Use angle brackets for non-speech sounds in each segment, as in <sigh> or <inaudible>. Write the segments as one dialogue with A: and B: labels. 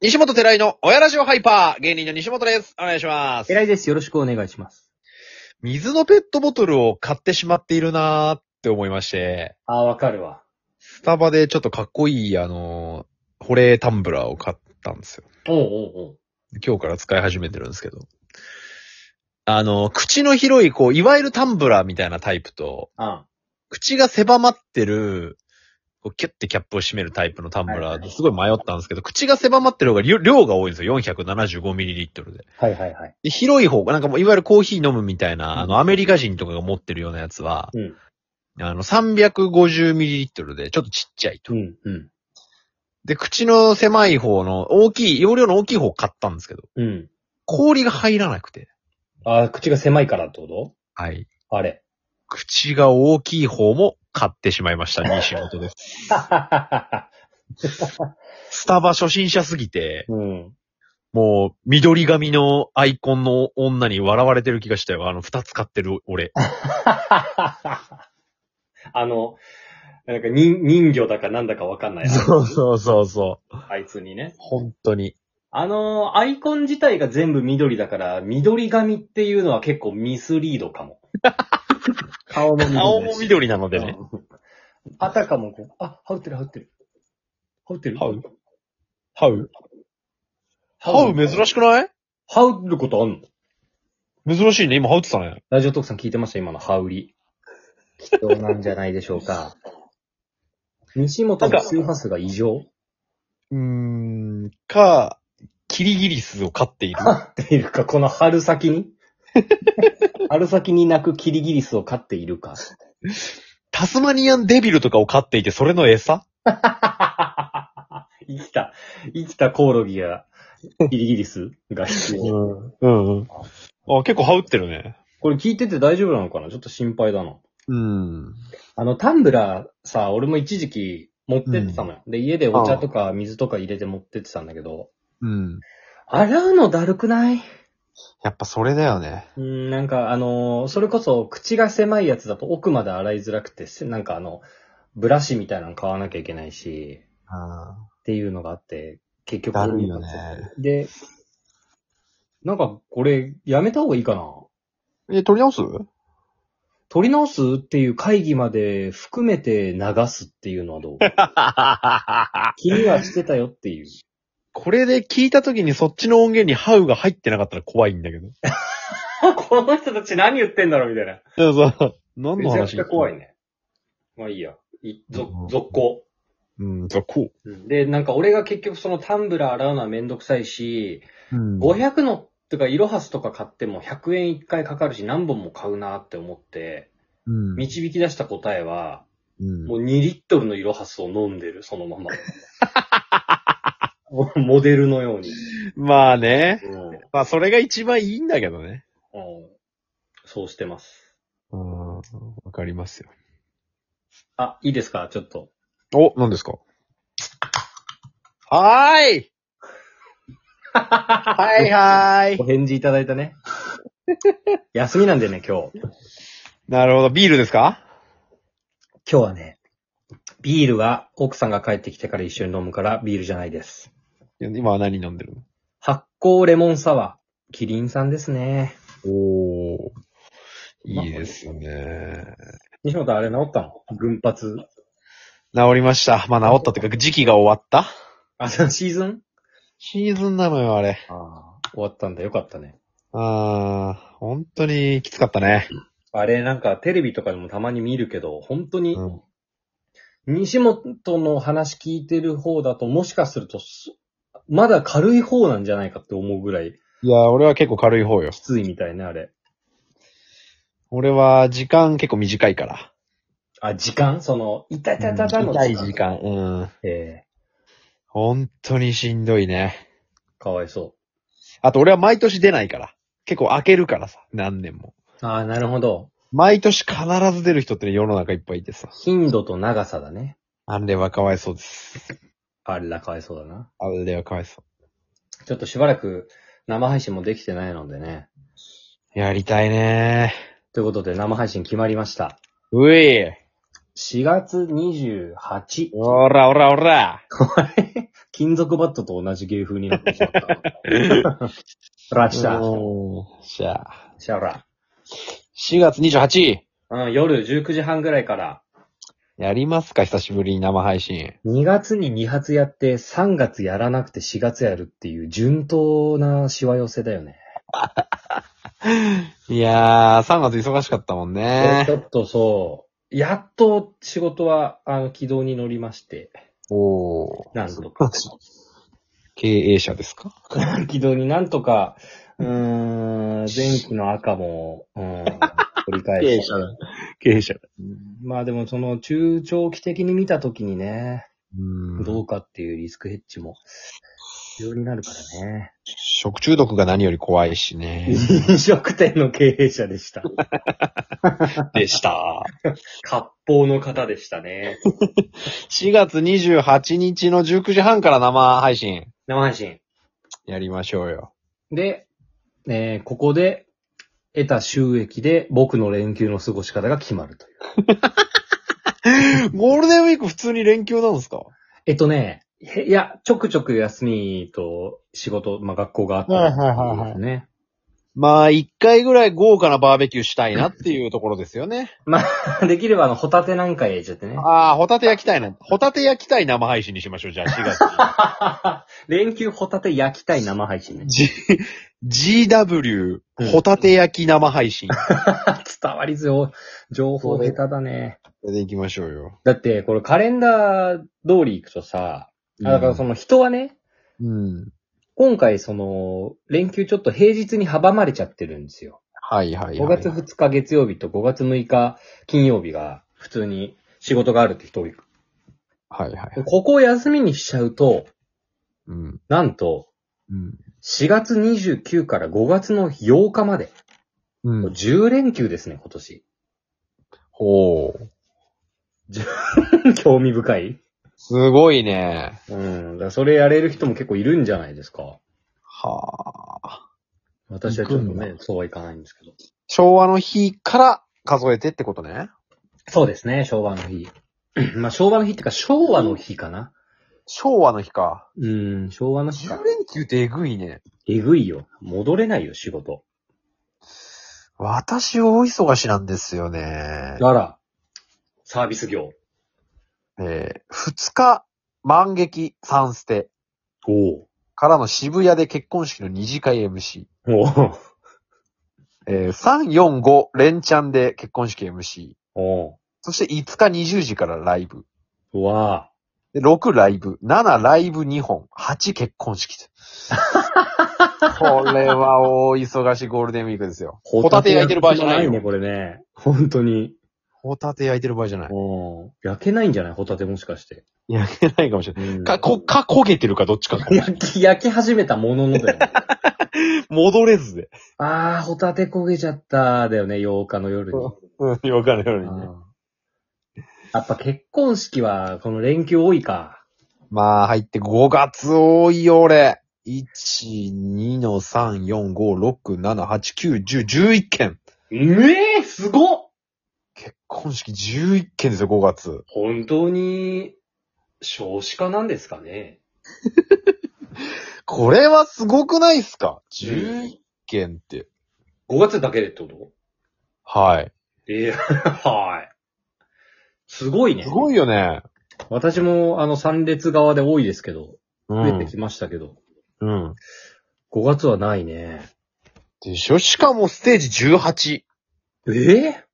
A: 西本寺井の親ラジオハイパー、芸人の西本です。お願いします。
B: 偉いです。よろしくお願いします。
A: 水のペットボトルを買ってしまっているなーって思いまして、
B: ああ、わかるわ。
A: スタバでちょっとかっこいい、あのー、保冷タンブラーを買ったんですよ。
B: おうおうおう。
A: 今日から使い始めてるんですけど。あのー、口の広い、こう、いわゆるタンブラーみたいなタイプと、
B: あ
A: 口が狭まってる、こうキュッてキャップを閉めるタイプのタンブ
B: は
A: ラ
B: い
A: ー
B: は
A: で
B: い
A: すごい迷ったんですけど、口が狭まってる方が量量が多いんですよ。475ml で。
B: はいはいはい。
A: で、広い方が、なんかもういわゆるコーヒー飲むみたいな、
B: うん
A: あの、アメリカ人とかが持ってるようなやつは、
B: うん
A: あの、350ml で、ちょっとちっちゃいと。
B: ん、うん、
A: で、口の狭い方の、大きい、容量の大きい方を買ったんですけど、
B: うん。
A: 氷が入らなくて。
B: ああ、口が狭いからってこ
A: はい。
B: とあれ。
A: 口が大きい方も買ってしまいま <laughs> した、西本です。
B: ははは
A: スタバ初心者すぎて、
B: <laughs> うん。
A: もう、緑髪のアイコンの女に笑われてる気がしたよ。あの、二つ買ってる俺。
B: あの、なんか人人魚だかなんだかわかんない。
A: <laughs> そうそうそうそう。
B: あいつにね。
A: 本当に。
B: あの、アイコン自体が全部緑だから、緑髪っていうのは結構ミスリードかも。 <laughs> 顔も緑だし
A: 顔も緑なのでね。
B: うんあたかもこう、あ、羽織ってる羽織ってる。羽織ってる
A: 羽織ハウハ
B: 羽
A: ウ
B: 織る
A: 珍しくない
B: 羽織ることあんの
A: 珍しいね。今、ハウってたね。
B: ラジオトークさん聞いてました今の羽織り。貴重なんじゃないでしょうか。西本の周波数が異常
A: うーん、か、キリギリスを飼って <laughs> いる。
B: っていうか、この春先に春先に泣くキリギリスを飼っているか。
A: タスマニアンデビルとかを飼っていて、それの餌
B: 生きた、生きたコオロギやキリギリスが必要。
A: ん。うん、あ、結構ハウってるね。
B: <laughs> これ聞いてて大丈夫なのかなちょっと心配だな。
A: うん。
B: あの、タンブラーさ、俺も一時期持ってってたのよ。で、家でお茶とか水とか入れて持ってってたんだけど、
A: うん。
B: 洗うのだるくない
A: やっぱそれだよね。
B: うん、なんかあのーそれこそ口が狭いやつだと奥まで洗いづらくて、せなんかあの、ブラシみたいなの買わなきゃいけないし、
A: あ
B: っていうのがあって、結局。
A: だるいよね。
B: で、なんかこれやめた方がいいかな
A: え、取り直す
B: 取り直すっていう会議まで含めて流すっていうの
A: <laughs>
B: はどう気にはしてたよっていう。
A: <laughs> これで聞いた時にそっちの音源にハウが入ってなかったら怖いんだけど。
B: <laughs> この人たち何言ってんだろうみたいな。
A: そうそう。何
B: め
A: の
B: ち
A: 話
B: ゃくちゃ怖い
A: ね。
B: ね。まあいいや。い
A: うん
B: 続続行。
A: うん、じゃあこ
B: で、なんか俺が結局そのタンブラー洗うのはめんどくさいし、
A: う。うん
B: 500の、とか、イロハスとか買っても100円1回かかるし何本も買うなって思って、
A: うん。
B: 導き出した答えは、
A: うん
B: もう2リットルのイロハスを飲んでる、そのま <laughs> ま。もうモデルのように。
A: まあね。
B: うんうん
A: まあそれが一番いいんだけどね。
B: そうしてます。
A: うん、わかりますよ。
B: あ、いいですかちょっと。
A: お、何ですかはー <laughs> いはいはー
B: お。返事いただいた <laughs> ね。休みなんでね、今日。
A: なるほど、ビールですか
B: 今日はね、ビールは奥さんが帰ってきてから一緒に飲むからビールじゃないです。
A: 今は何飲んでる
B: 発酵レモンサワー。キリンさんですね。
A: のおー。いいですね。
B: 西本あれ治ったの群発。
A: 治りました。まあ治ったっていうか、時期が終わった
B: あ、シーズン
A: シーズンなのよ、あれ。
B: ああ。終わったんだ。よかったね。
A: あー、本当にきつかったね。
B: あれ、なんかテレビとかでもたまに見るけど、本当に
A: う、ん。
B: 西本の話聞いてる方だと、もしかすると、そまだ軽い方なんじゃないかって思うぐらい、
A: いや、俺は結構軽い方よ。
B: きついみたいね、あれ。
A: 俺は時間結構短いから。
B: あ、時間その、いたたたたの
A: 短い時。間。うん。
B: ええ
A: 本当にしんどいね。
B: かわいそ
A: あと俺は毎年出ないから。結構開けるからさ、何年も。
B: う。ああ、なるほど。
A: 毎年必ず出る人って、ね、世の中いっぱいいてさ。
B: 頻度と長さだね。
A: あれはかわいそうです。
B: あれらかわいそうだな。
A: あれはかわいそ
B: ちょっとしばらく生配信もできてないのでね。
A: う。やりたいね
B: ということで生配信決まりました。
A: うい
B: 4月28。
A: おらおらおら。
B: 金属バットと同じ芸風になってしま <laughs> った。ラッシャー。
A: おーしゃあ。
B: シャラ。
A: 4月28。
B: うん、夜19時半ぐらいから。
A: やりますか久しぶりに生配信。
B: 2月に2発やって、3月やらなくて4月やるっていう順当なしわ寄せだよね。
A: いやー、3月忙しかったもんね
B: ち。ょっとそう、やっと仕事は、あの、軌道に乗りまして、
A: おー。 <laughs>
B: なんとか。
A: 経営者ですか
B: 軌道になんとか、うーん、前期の赤も、うん、取 <laughs> り返して。
A: 経営者だ。
B: まあでもその中長期的に見たときにね、
A: うん。
B: どうかっていうリスクヘッジも必要になるからね。
A: 食中毒が何より怖いしね。
B: <laughs>
A: <laughs>
B: 飲食店の経営者でした。
A: でした。
B: <laughs> 割烹の方でしたね。
A: 4月28日の19時半から生配信
B: 生配信。
A: やりましょうよ。
B: で、えーここで得た収益で僕の連休の過ごし方が決まるという。
A: ゴールデンウィーク普通に連休なんですか
B: えっとね、へいや、ちょくちょく休みと仕事、まあ学校があった
A: はいはいはいはい
B: んですね。
A: まあ、一回ぐらい豪華なバーベキューしたいなっていうところですよね。
B: <laughs> できればあの、ホタテなんか焼いちゃってね。
A: ああ、ホタテ焼きたいな。ホタテ焼きたい生配信にしましょう、じ <laughs> ゃあ4月。
B: 連休ホタテ焼きたい生配信ね。
A: G、GW
B: うん、
A: ホタテ焼き生配信。
B: <laughs> 伝わりずよ。情報下手だね。
A: それで行きましょうよ。
B: だって、これカレンダー通り行くとさ、あだからその人はね、
A: うん。
B: 今回その、連休ちょっと平日に阻まれちゃってるんですよ。
A: はいはいはい。
B: 5月2日月曜日と5月6日金曜日が普通に仕事があるって人多い。
A: はいはい。
B: ここを休みにしちゃうと、
A: うん。
B: なんと、
A: うん。
B: 4月29から5月の8日まで、
A: うん。
B: 10連休ですね、今年。
A: ほう。
B: <laughs> 興味深い
A: すごいね。
B: うん。だからそれやれる人も結構いるんじゃないですか。
A: はあ。
B: 私はちょっと
A: 行く
B: ね、そうはいかないんですけど。
A: 昭和の日から数えてってことね。
B: そうですね、昭和の日。 <clears throat> まあ昭和の日ってか、昭和の日かな。
A: 昭和の日か。
B: うん、昭和の日
A: 10
B: か。
A: 連休ってえぐいね。
B: えぐいよ。戻れないよ、仕事。
A: 私大忙しなんですよね。
B: あら、サービス業。
A: えー、2日、満劇3捨て
B: お
A: からの渋谷で結婚式の二次会 MC。
B: おお
A: えー、3、4、5、連チャンで結婚式 MC。
B: お
A: そして5日20時からライブ。
B: うわ
A: で6ライブ、7ライブ2本、8結婚式と。 <laughs> これは大忙しいゴールデンウィークですよ。ホタテ焼いてる場合じゃない
B: ね、
A: よ。
B: これね。本当に。
A: ホタテ焼いてる場合じゃない。
B: おー焼けないんじゃないホタテもしかして。
A: 焼けないかもしれ
B: うん
A: ない。か、こ、か焦げてるかどっちか。
B: 焼き、焼き始めたもののだよね。
A: 戻れずで。
B: あー、ホタテ焦げちゃった、だよね、8日の夜に。
A: うん、わかるようにね。
B: あーやっぱ結婚式は、この連休多いか。
A: まあ、入って5月多いよ、俺。1、2の3、4、5、6、7、8、9、10、11件。
B: ねえ、すごっ
A: 結婚式11件ですよ、5月。
B: 本当に、少子化なんですかね。
A: これはすごくないっすか ?11 件って。
B: 5月だけでってこと
A: はい。
B: ええ <laughs> はい。すごいね。
A: すごいよね。
B: 私も、あの、参列側で多いですけど、
A: う
B: 増えてきましたけど、
A: うん。
B: 5月はないね。
A: でしょしかもステージ18。
B: ええ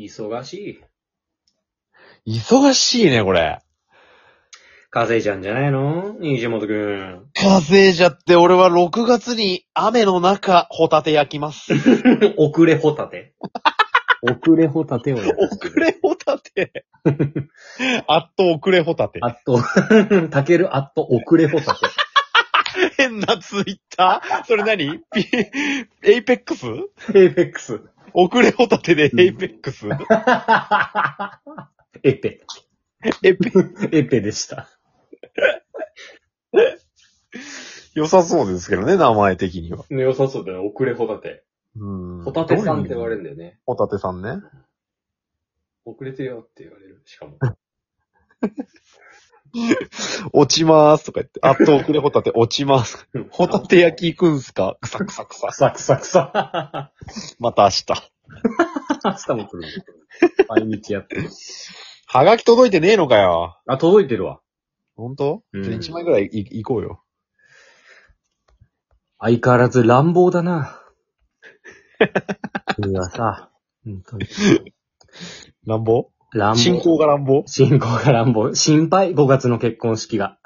B: 忙しい。
A: 忙しいね、これ。
B: 稼いじゃんじゃないの西本くん。
A: 稼いじゃって、俺は6月に雨の中、ホタテ焼き <laughs> ます。
B: 遅れホタテ。遅れホタテをやる
A: 遅れホタテ。あっと遅れホタテ。
B: あっと、 <laughs> たけるあっと遅れホタテ。
A: 変なツイッターそれ何ピエイペックス
B: エイペックス。
A: 遅れホタテでエイペックス、
B: エペ。
A: エペ
B: エペでした。
A: <laughs> 良さそうですけどね、名前的には。
B: 良さそうだよ、遅れホタテ。
A: うん
B: ホタテさんって言われるんだよね。
A: ホタテさんね。
C: 遅れてよって言われる。し
B: <laughs>
C: かも。
A: 落ちまーすとか言って、あっと遅れホタテ落ちまーす。 <laughs> ホタテ焼き行くんすかくさくさくさ。
B: くさくさくさ。
A: また明日。
B: 明日も来るの。毎日やってる。
A: はがき届いてねえのかよ。
B: あ、届いてるわ。
A: ほんと
B: うん
A: じゃあ一枚ぐらいい行こうよ。
B: 相変わらず乱暴だな。君はさ、本当に。
A: 乱暴
B: 乱暴。
A: 進行が乱暴
B: 進行が乱暴。心配、5月の結婚式が。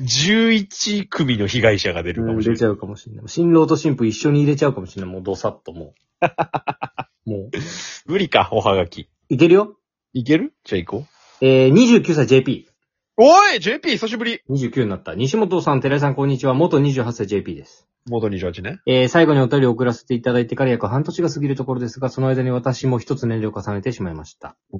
A: ?11 組の被害者が出るか
B: うん
A: もしれな
B: 出
A: い。
B: ちゃうかもしれない。新郎と新婦一緒に入れちゃうかもしれない。もうどさっともう。 <laughs> もう。
A: 無理か、おはがき。
B: いけるよ
A: いけるじゃあ行こう。
B: えー、29歳 JP。
A: おい !JP 久しぶり
B: 29になった。西本さん、寺井さん、こんにちは。元28歳 JP です。
A: 元28ね。
B: えー最後にお便りを送らせていただいてから約半年が過ぎるところですが、その間に私も一つ年齢を重ねてしまいました。
A: お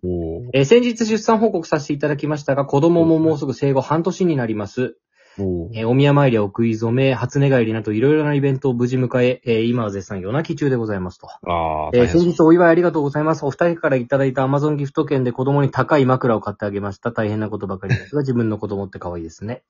B: えー先日出産報告させていただきましたが、子供ももうすぐ生後半年になります。
A: お
B: えーお宮参りやお食い初め、初寝返りなどいろいろなイベントを無事迎え、えー今は絶賛夜泣き中でございますと。
A: ああ、
B: えー
A: 大変
B: 先日お祝いありがとうございます。お二人からいただいた Amazon ギフト券で子供に高い枕を買ってあげました。大変なことばかりですが、自分の子供って可愛いですね。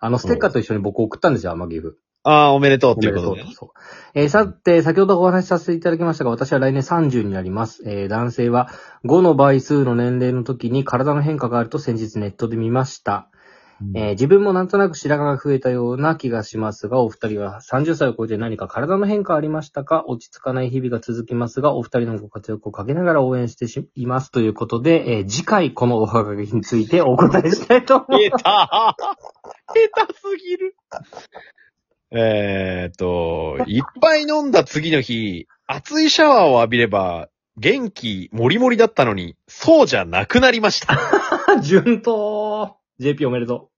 B: あの、ステッカーと一緒に僕送ったんですよ、Amazon ギフ。
A: ああ、おめでとう
B: お
A: ってい
B: め
A: う
B: で
A: ことと
B: う
A: で。
B: そう。えーさて、先ほどお話しさせていただきましたが、私は来年30になります。えー男性は5の倍数の年齢の時に体の変化があると先日ネットで見ました。えー自分もなんとなく白髪が増えたような気がしますが、お二人は30歳を超えて何か体の変化ありましたか落ち着かない日々が続きますが、お二人のご活躍をかけながら応援してしいますということで、えー次回このおはがきについてお答えしたいと思いま
A: 出
B: す。
A: た下手すぎるえーっと、いっぱい飲んだ次の日、熱いシャワーを浴びれば、元気、も
B: <laughs>
A: りもりだったのに、そうじゃなくなりました。
B: 順当 !JP おめでとう。